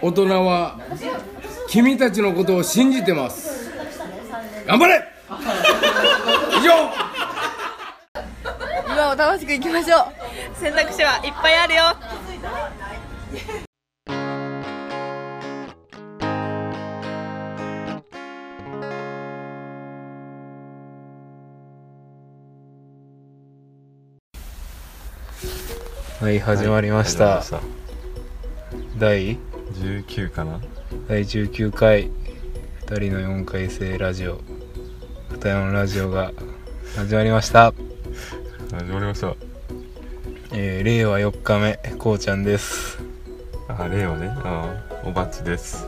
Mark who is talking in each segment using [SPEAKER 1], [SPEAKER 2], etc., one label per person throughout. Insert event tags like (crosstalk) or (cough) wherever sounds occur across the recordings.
[SPEAKER 1] 大人は君たちのことを信じてます頑張れ以上
[SPEAKER 2] 今を楽しくいきましょう
[SPEAKER 3] 選択肢はいっぱいあるよ
[SPEAKER 4] はい始まりました,、
[SPEAKER 5] 始まり
[SPEAKER 4] 第
[SPEAKER 5] ました19かな
[SPEAKER 4] 第19回2人の4回生ラジオ二人のラジオが始まりました、
[SPEAKER 5] 始まりました
[SPEAKER 4] えー、令和4日目こうちゃんです
[SPEAKER 5] あ令和ねあおばっちです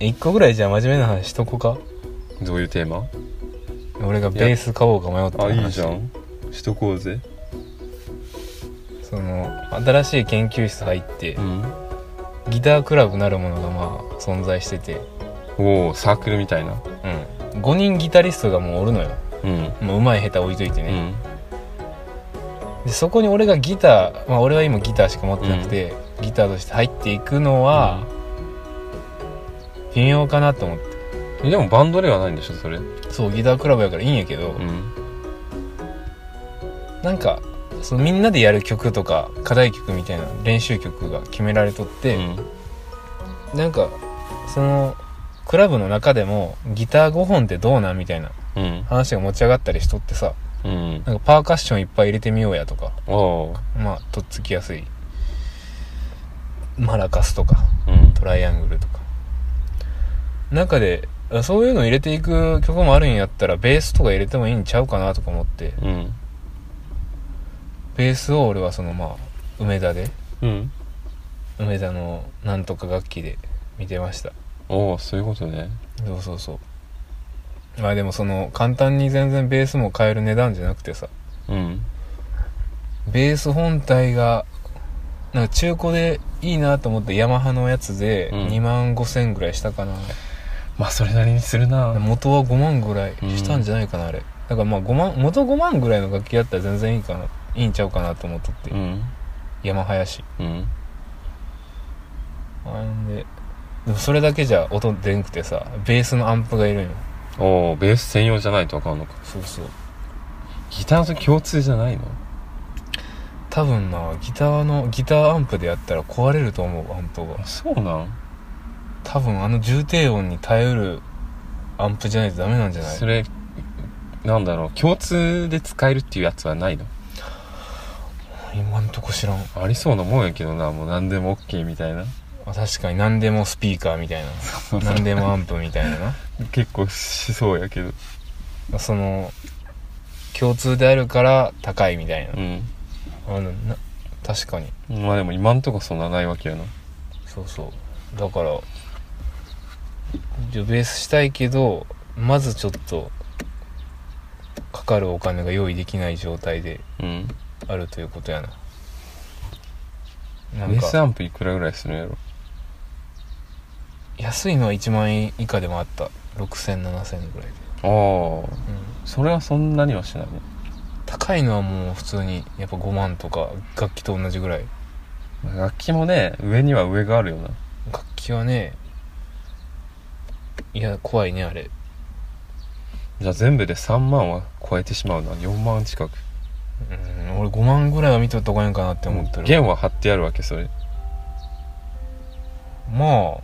[SPEAKER 4] 1個ぐらいじゃあ真面目な話しとこうか
[SPEAKER 5] どういうテーマ
[SPEAKER 4] 俺がベース買おうか迷った
[SPEAKER 5] あ
[SPEAKER 4] 話
[SPEAKER 5] いいじゃんしとこうぜ
[SPEAKER 4] その新しい研究室入って、
[SPEAKER 5] ん
[SPEAKER 4] ギタークラブなるものがまあ存在してて、
[SPEAKER 5] おおサークルみたいな
[SPEAKER 4] うん、5人ギタリストがもうおるのよ
[SPEAKER 5] うん
[SPEAKER 4] もう上手い下手置いといて
[SPEAKER 5] う
[SPEAKER 4] ね、
[SPEAKER 5] ん
[SPEAKER 4] でそこに俺がギター、まあ、俺は今ギターしか持ってなくて、ギターとして入っていくのは微妙かなと思って
[SPEAKER 5] でもバンドではないんでしょそれう
[SPEAKER 4] そうギタークラブやからいいんやけど、
[SPEAKER 5] ん
[SPEAKER 4] なんかそのみんなでやる曲とか課題曲みたいな練習曲が決められとっ
[SPEAKER 5] う
[SPEAKER 4] て、
[SPEAKER 5] ん
[SPEAKER 4] なんかそのクラブの中でもギター5本ってどうなんみたいな
[SPEAKER 5] うん
[SPEAKER 4] 話が持ち上がったりしとってさ
[SPEAKER 5] うん
[SPEAKER 4] なんかパーカッションいっぱい入れてみようやとか
[SPEAKER 5] おー
[SPEAKER 4] まあとっつきやすいマラカスとか
[SPEAKER 5] うん
[SPEAKER 4] トライアングルとか中であそういうの入れていく曲もあるんやったらベースとか入れてもいいんちゃうかなとか思って
[SPEAKER 5] うん
[SPEAKER 4] ベースを俺はそのまあ梅田で
[SPEAKER 5] うん
[SPEAKER 4] 梅田のなんとか楽器で見てました
[SPEAKER 5] おおそういうことね
[SPEAKER 4] そうそうそうまあでもその簡単に全然ベースも買える値段じゃなくてさ
[SPEAKER 5] うん
[SPEAKER 4] ベース本体がなんか中古でいいなと思ってヤマハのやつで
[SPEAKER 5] うん
[SPEAKER 4] 2万5千ぐらいしたかな、
[SPEAKER 5] まあそれなりにするな
[SPEAKER 4] 元は5万ぐらいしたんじゃないかな、あれだからまあ5万元5万ぐらいの楽器やったら全然いいかないいんちゃうかなと思っとって、
[SPEAKER 5] うん
[SPEAKER 4] 山林
[SPEAKER 5] うん
[SPEAKER 4] あんででもそれだけじゃ音出んくてさベースのアンプがいるんよ
[SPEAKER 5] おおベース専用じゃないとわかんのか
[SPEAKER 4] そうそう
[SPEAKER 5] ギターと共通じゃないの
[SPEAKER 4] 多分なギターのギターアンプでやったら壊れると思うアンプが
[SPEAKER 5] そうなん
[SPEAKER 4] 多分あの重低音に耐えうるアンプじゃないとダメなんじゃない
[SPEAKER 5] それなんだろう共通で使えるっていうやつはないの
[SPEAKER 4] 今んとこ知らん
[SPEAKER 5] ありそうなもんやけどなもう何でも OK みたいな
[SPEAKER 4] あ確かに何でもスピーカーみたい (laughs) な何でもアンプみたいなな
[SPEAKER 5] 結構しそうやけど
[SPEAKER 4] その共通であるから高いみたいな
[SPEAKER 5] うん
[SPEAKER 4] あのな確かに
[SPEAKER 5] まあでも今んとこそんなないわけやな
[SPEAKER 4] そうそうだからじゃあベースしたいけどまずちょっとかかるお金が用意できない状態で
[SPEAKER 5] うん
[SPEAKER 4] あるということやなな
[SPEAKER 5] ベ
[SPEAKER 4] ん
[SPEAKER 5] ース
[SPEAKER 4] か
[SPEAKER 5] アンプいくらぐらいするんやろ
[SPEAKER 4] 安いのは1万円以下でもあった60007000ぐらいで、
[SPEAKER 5] あ
[SPEAKER 4] うん
[SPEAKER 5] あそれはそんなにはしないね
[SPEAKER 4] 高いのはもう普通にやっぱ5万とか楽器と同じぐらい
[SPEAKER 5] まあ楽器もね上には上があるよな
[SPEAKER 4] 楽器はねいや怖いねあれ
[SPEAKER 5] じゃあ全部で3万は超えてしまうな4万近く
[SPEAKER 4] うん俺5万ぐらいは見とった方がいいんかなって思ってる、
[SPEAKER 5] 弦は張ってあるわけそれ
[SPEAKER 4] まあ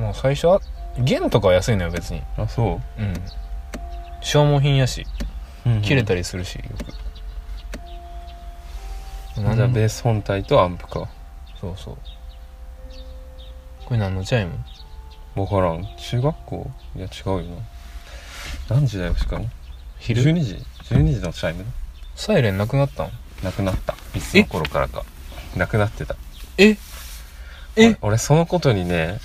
[SPEAKER 4] まあ最初は弦とかは安いのよ別に
[SPEAKER 5] あそ
[SPEAKER 4] うん消耗品やし
[SPEAKER 5] う、うん
[SPEAKER 4] 切れた
[SPEAKER 5] り
[SPEAKER 4] りするし、よく
[SPEAKER 5] じゃあベ
[SPEAKER 4] ー
[SPEAKER 5] ース本体とアンプか
[SPEAKER 4] そうそうこれ何のチャイム
[SPEAKER 5] わからん中学校いや違うよな何時だよしかも
[SPEAKER 4] 昼
[SPEAKER 5] 12時12時のチャイム
[SPEAKER 4] サイレンなくなったん
[SPEAKER 5] なくなったいつの頃からかなくなってた
[SPEAKER 4] ええ
[SPEAKER 5] 俺俺そのことにね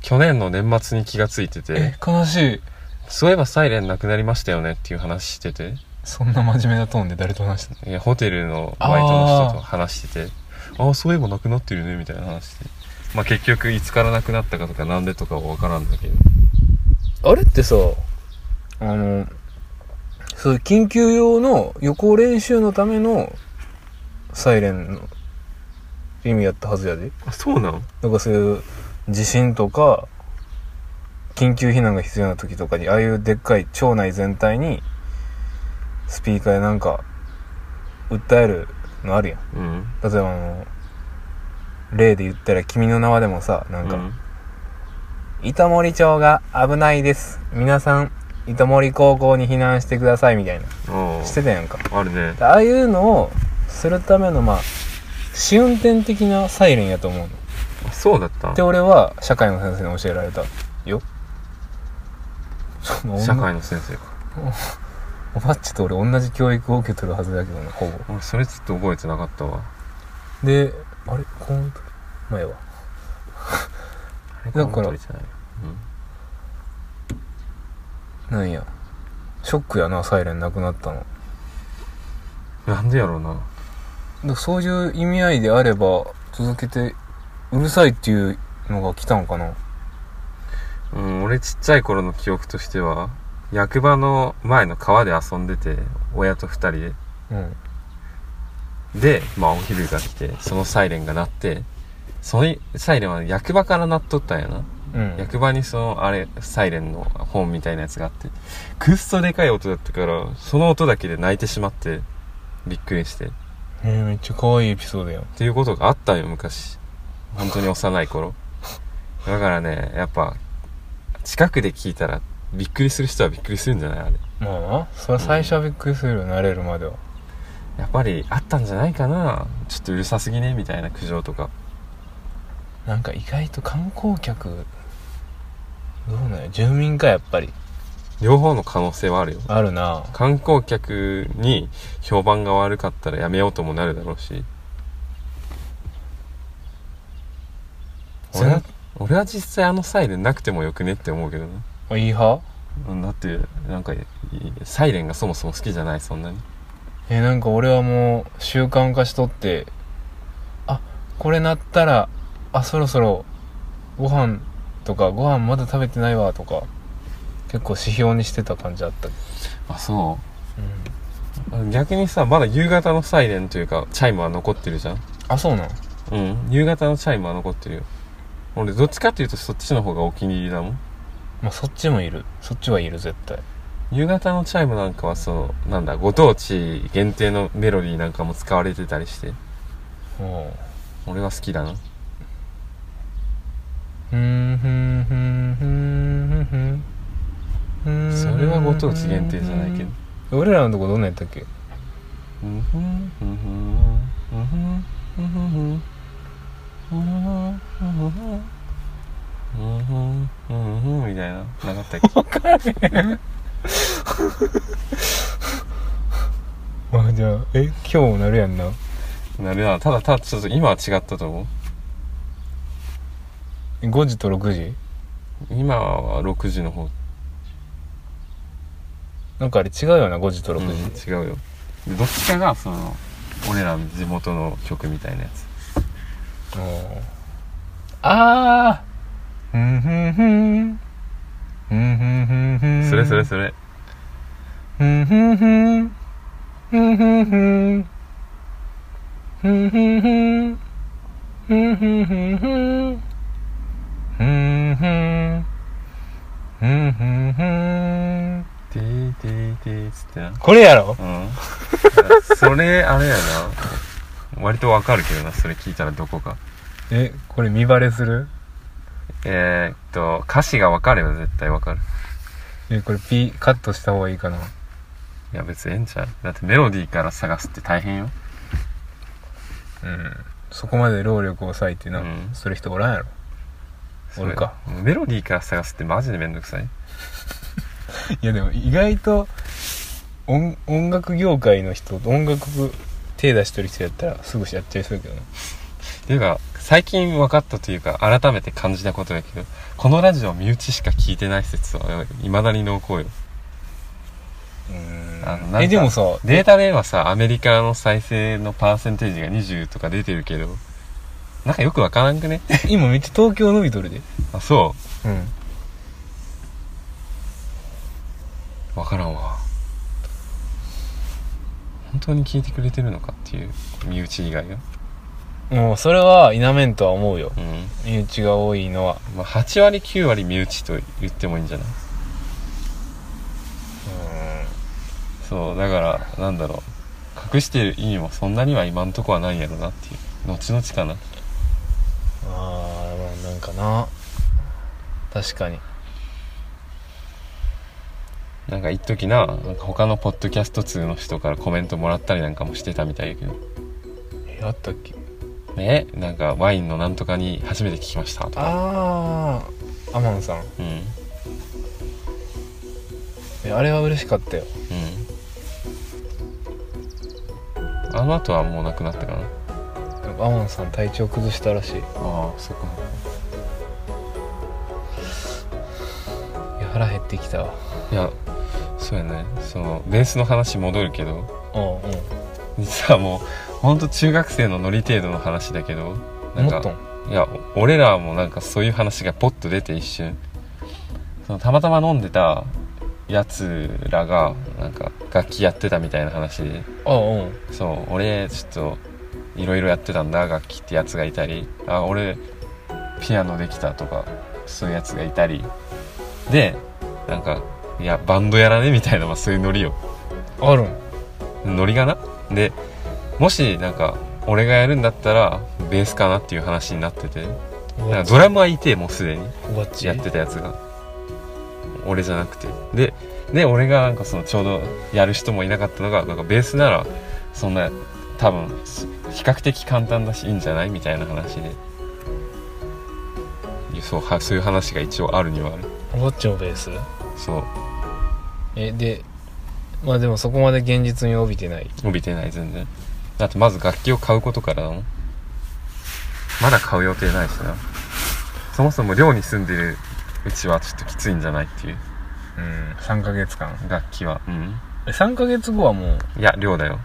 [SPEAKER 5] 去年の年末に気がついてて
[SPEAKER 4] え悲しい
[SPEAKER 5] そういえばサイレンなくなりましたよねっていう話してて
[SPEAKER 4] そんな真面目なトーンで誰と話してんの
[SPEAKER 5] いやホテルのバイトの人と話しててああそういえばなくなってるねみたいな話してまあ結局いつからなくなったかとかなんでとかは分からんだけど
[SPEAKER 4] あれってさ、あの、そういう緊急用の予行練習のためのサイレンの意味やったはずやで。
[SPEAKER 5] あそうなん
[SPEAKER 4] なんかそういう地震とか、緊急避難が必要な時とかに、ああいうでっかい町内全体に、スピーカーでなんか、訴えるのあるやん。
[SPEAKER 5] うん
[SPEAKER 4] 例えばあの、例で言ったら君の名はでもさ、なんか、
[SPEAKER 5] うん
[SPEAKER 4] 糸森町が危ないです。皆さん、糸森高校に避難してくださいみたいな。
[SPEAKER 5] ああ
[SPEAKER 4] してたやんか。
[SPEAKER 5] あるね
[SPEAKER 4] でああいうのをするための、まあ、試運転的なサイレンやと思うの。
[SPEAKER 5] あそうだった
[SPEAKER 4] で、俺は社会の先生に教えられた。よ。その
[SPEAKER 5] 社会の先生か
[SPEAKER 4] おばっちと俺同じ教育を受けとるはずだけどな、ほぼ。
[SPEAKER 5] 俺それちょっと覚えてなかったわ
[SPEAKER 4] で、あれこの時前は。だから
[SPEAKER 5] 覚えてない
[SPEAKER 4] なんや。ショックやな、サイレンなくなったの。
[SPEAKER 5] うんなんでやろうな
[SPEAKER 4] だそういう意味合いであれば続けてうるさいっていうのが来たんかな
[SPEAKER 5] うん、俺ちっちゃい頃の記憶としては役場の前の川で遊んでて親と二人で
[SPEAKER 4] うん
[SPEAKER 5] で、まあ、お昼が来てそのサイレンが鳴ってそのサイレンは役場から鳴っとったんやな、
[SPEAKER 4] うん
[SPEAKER 5] 役場にそのあれサイレンの本みたいなやつがあってくっそでかい音だったからその音だけで泣いてしまってびっくりしてっ
[SPEAKER 4] えーめっちゃ可愛いエピソードやん
[SPEAKER 5] ていうことがあったんよ昔本当に幼い頃だからねやっぱ近くで聞いたらびっくりする人はびっくりするんじゃないあれ
[SPEAKER 4] まあなそれは最初はびっくりするよ慣れるまでは
[SPEAKER 5] やっぱりあったんじゃないかなちょっとうるさすぎねみたいな苦情とか
[SPEAKER 4] なんか意外と観光客どうなんや住民かやっぱり
[SPEAKER 5] 両方の可能性はあるよ
[SPEAKER 4] あるな
[SPEAKER 5] 観光客に評判が悪かったらやめようともなるだろうし
[SPEAKER 4] 俺
[SPEAKER 5] 俺
[SPEAKER 4] な
[SPEAKER 5] は俺は実際あのサイレンなくてもよくねって思うけどね
[SPEAKER 4] あいい派
[SPEAKER 5] うんだってなんかいサイレンがそもそも好きじゃないそんなに
[SPEAKER 4] えーなんか俺はもう習慣化しとってあこれ鳴ったらあそろそろご飯とかご飯まだ食べてないわとか結構指標にしてた感じあった、
[SPEAKER 5] あそう逆にさまだ夕方のサイレンというかチャイムは残ってるじゃん
[SPEAKER 4] あそうなん
[SPEAKER 5] うん夕方のチャイムは残ってるよ俺どっちかっていうとそっちの方がお気に入りだもん
[SPEAKER 4] まあそっちもいるそっちはいる絶対
[SPEAKER 5] 夕方のチャイムなんかはそのなんだご当地限定のメロディーなんかも使われてたりして
[SPEAKER 4] おう
[SPEAKER 5] 俺は好きだな
[SPEAKER 4] ふんふんふんふんふんふん
[SPEAKER 5] それはご当地限定じゃないけど
[SPEAKER 4] 俺らのとこどんなんやったっけ
[SPEAKER 5] うんふんうんふんうんふんうんふんうんふんうんふんうんふんうんふんみたいななかったっけ
[SPEAKER 4] あじゃあえ今日もなるやんな
[SPEAKER 5] なるなただただちょっと今は違ったと思う
[SPEAKER 4] 5時と6時
[SPEAKER 5] 今は6時の方
[SPEAKER 4] なんかあれ違うよな5時と6時、
[SPEAKER 5] うん違うよでどっちかがその俺らの地元の曲みたいなやつ
[SPEAKER 4] あーふんふんふんふんふんふんふん
[SPEAKER 5] それそれそれ
[SPEAKER 4] ふんふんふんふんふんふんふんふんふんふんふんふんふんふんふんふんふんふん
[SPEAKER 5] ティーティーティーっつってな
[SPEAKER 4] これやろ
[SPEAKER 5] うんそれあれやな割とわかるけどなそれ聞いたらどこか
[SPEAKER 4] えこれ見バレする
[SPEAKER 5] えー、っと歌詞がわかれば絶対わかる
[SPEAKER 4] えこれピカットした方がいいかない
[SPEAKER 5] や別にええんちゃうだってメロディーから探すって大変よ
[SPEAKER 4] うんそこまで労力を割いてな、
[SPEAKER 5] うん
[SPEAKER 4] する人おらんやろ
[SPEAKER 5] それ
[SPEAKER 4] 俺か
[SPEAKER 5] メロディーから探すってマジでめんどくさい
[SPEAKER 4] いやでも意外と音音楽業界の人音楽手出してる人やったらすぐやっちゃいそうやけどな
[SPEAKER 5] っていうか最近分かったというか改めて感じたことやけどこのラジオ身内しか聞いてない説は未だに濃厚よあのなんか
[SPEAKER 4] えでもさ
[SPEAKER 5] データではさアメリカの再生のパーセンテージが20とか出てるけどなんかよくわからんくね
[SPEAKER 4] 今めっちゃ東京伸びとるで
[SPEAKER 5] あそ
[SPEAKER 4] うん
[SPEAKER 5] うわからんわ本当に聞いてくれてるのかっていう身内以外が
[SPEAKER 4] もうそれは否めんとは思うよ
[SPEAKER 5] うん
[SPEAKER 4] 身内が多いのは
[SPEAKER 5] まあ、8割9割身内と言ってもいいんじゃないそうだからなんだろう隠してる意味もそんなには今んとこはないんやろなっていう後々かな
[SPEAKER 4] ああなんかな確かに
[SPEAKER 5] なんか一時ななんか他のポッドキャスト通の人からコメントもらったりなんかもしてたみたいやけど
[SPEAKER 4] えあったっけ
[SPEAKER 5] ねなんかワインのなんとかに初めて聞きましたとか
[SPEAKER 4] ああアマンさん
[SPEAKER 5] うんうん
[SPEAKER 4] えあれは嬉しかったよ
[SPEAKER 5] あの後はもうなくなったかな
[SPEAKER 4] なんかアマンさん体調崩したらしいい
[SPEAKER 5] ああそっか
[SPEAKER 4] や腹減ってきたわ
[SPEAKER 5] いやそうやねそのベースの話戻るけど
[SPEAKER 4] うんうん
[SPEAKER 5] (laughs) 実はもうほんと中学生のノリ程度の話だけどなん
[SPEAKER 4] もっと
[SPEAKER 5] か
[SPEAKER 4] ん
[SPEAKER 5] いや俺らもなんかそういう話がポッと出て一瞬そのたまたま飲んでたやつらがなんか楽器やってたみたいな話で
[SPEAKER 4] あうん
[SPEAKER 5] そう俺ちょっといろいろやってたんだ楽器ってやつがいたりあ俺ピアノできたとかそういうやつがいたりでなんかいやバンドやらねみたいな、まあ、そういうノリよ
[SPEAKER 4] あるん
[SPEAKER 5] ノリがなでもしなんか俺がやるんだったらベースかなっていう話になってて
[SPEAKER 4] う
[SPEAKER 5] なん
[SPEAKER 4] わ
[SPEAKER 5] かドラムはいてもうすでに
[SPEAKER 4] っち
[SPEAKER 5] やってたやつが俺じゃなくてでで俺がなんかそのちょうどやる人もいなかったのがなんかベースならそんな多分比較的簡単だしいいんじゃないみたいな話でそうはそういう話が一応あるにはある
[SPEAKER 4] おばっちもベース
[SPEAKER 5] そう
[SPEAKER 4] えでまあでもそこまで現実に帯びてない
[SPEAKER 5] 伸びてない全然だってまず楽器を買うことからだもんまだ買う予定ないしなそもそも寮に住んでるうちはちょっときついんじゃないっていう
[SPEAKER 4] うん3ヶ月間
[SPEAKER 5] 楽器はうん
[SPEAKER 4] 3ヶ月後はもう
[SPEAKER 5] いや寮だよ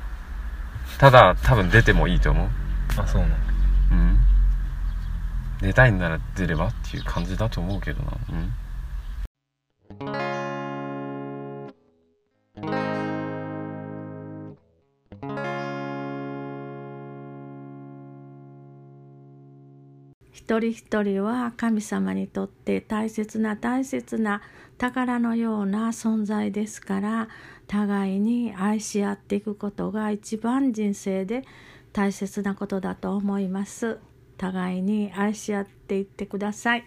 [SPEAKER 5] ただ多分出てもいいと思う
[SPEAKER 4] あそうなの
[SPEAKER 5] うん出たいんなら出ればっていう感じだと思うけどなうん
[SPEAKER 2] 一人一人は神様にとって大切な大切な宝のような存在ですから互いに愛し合っていくことが一番人生で大切なことだと思います互いに愛し合っていってください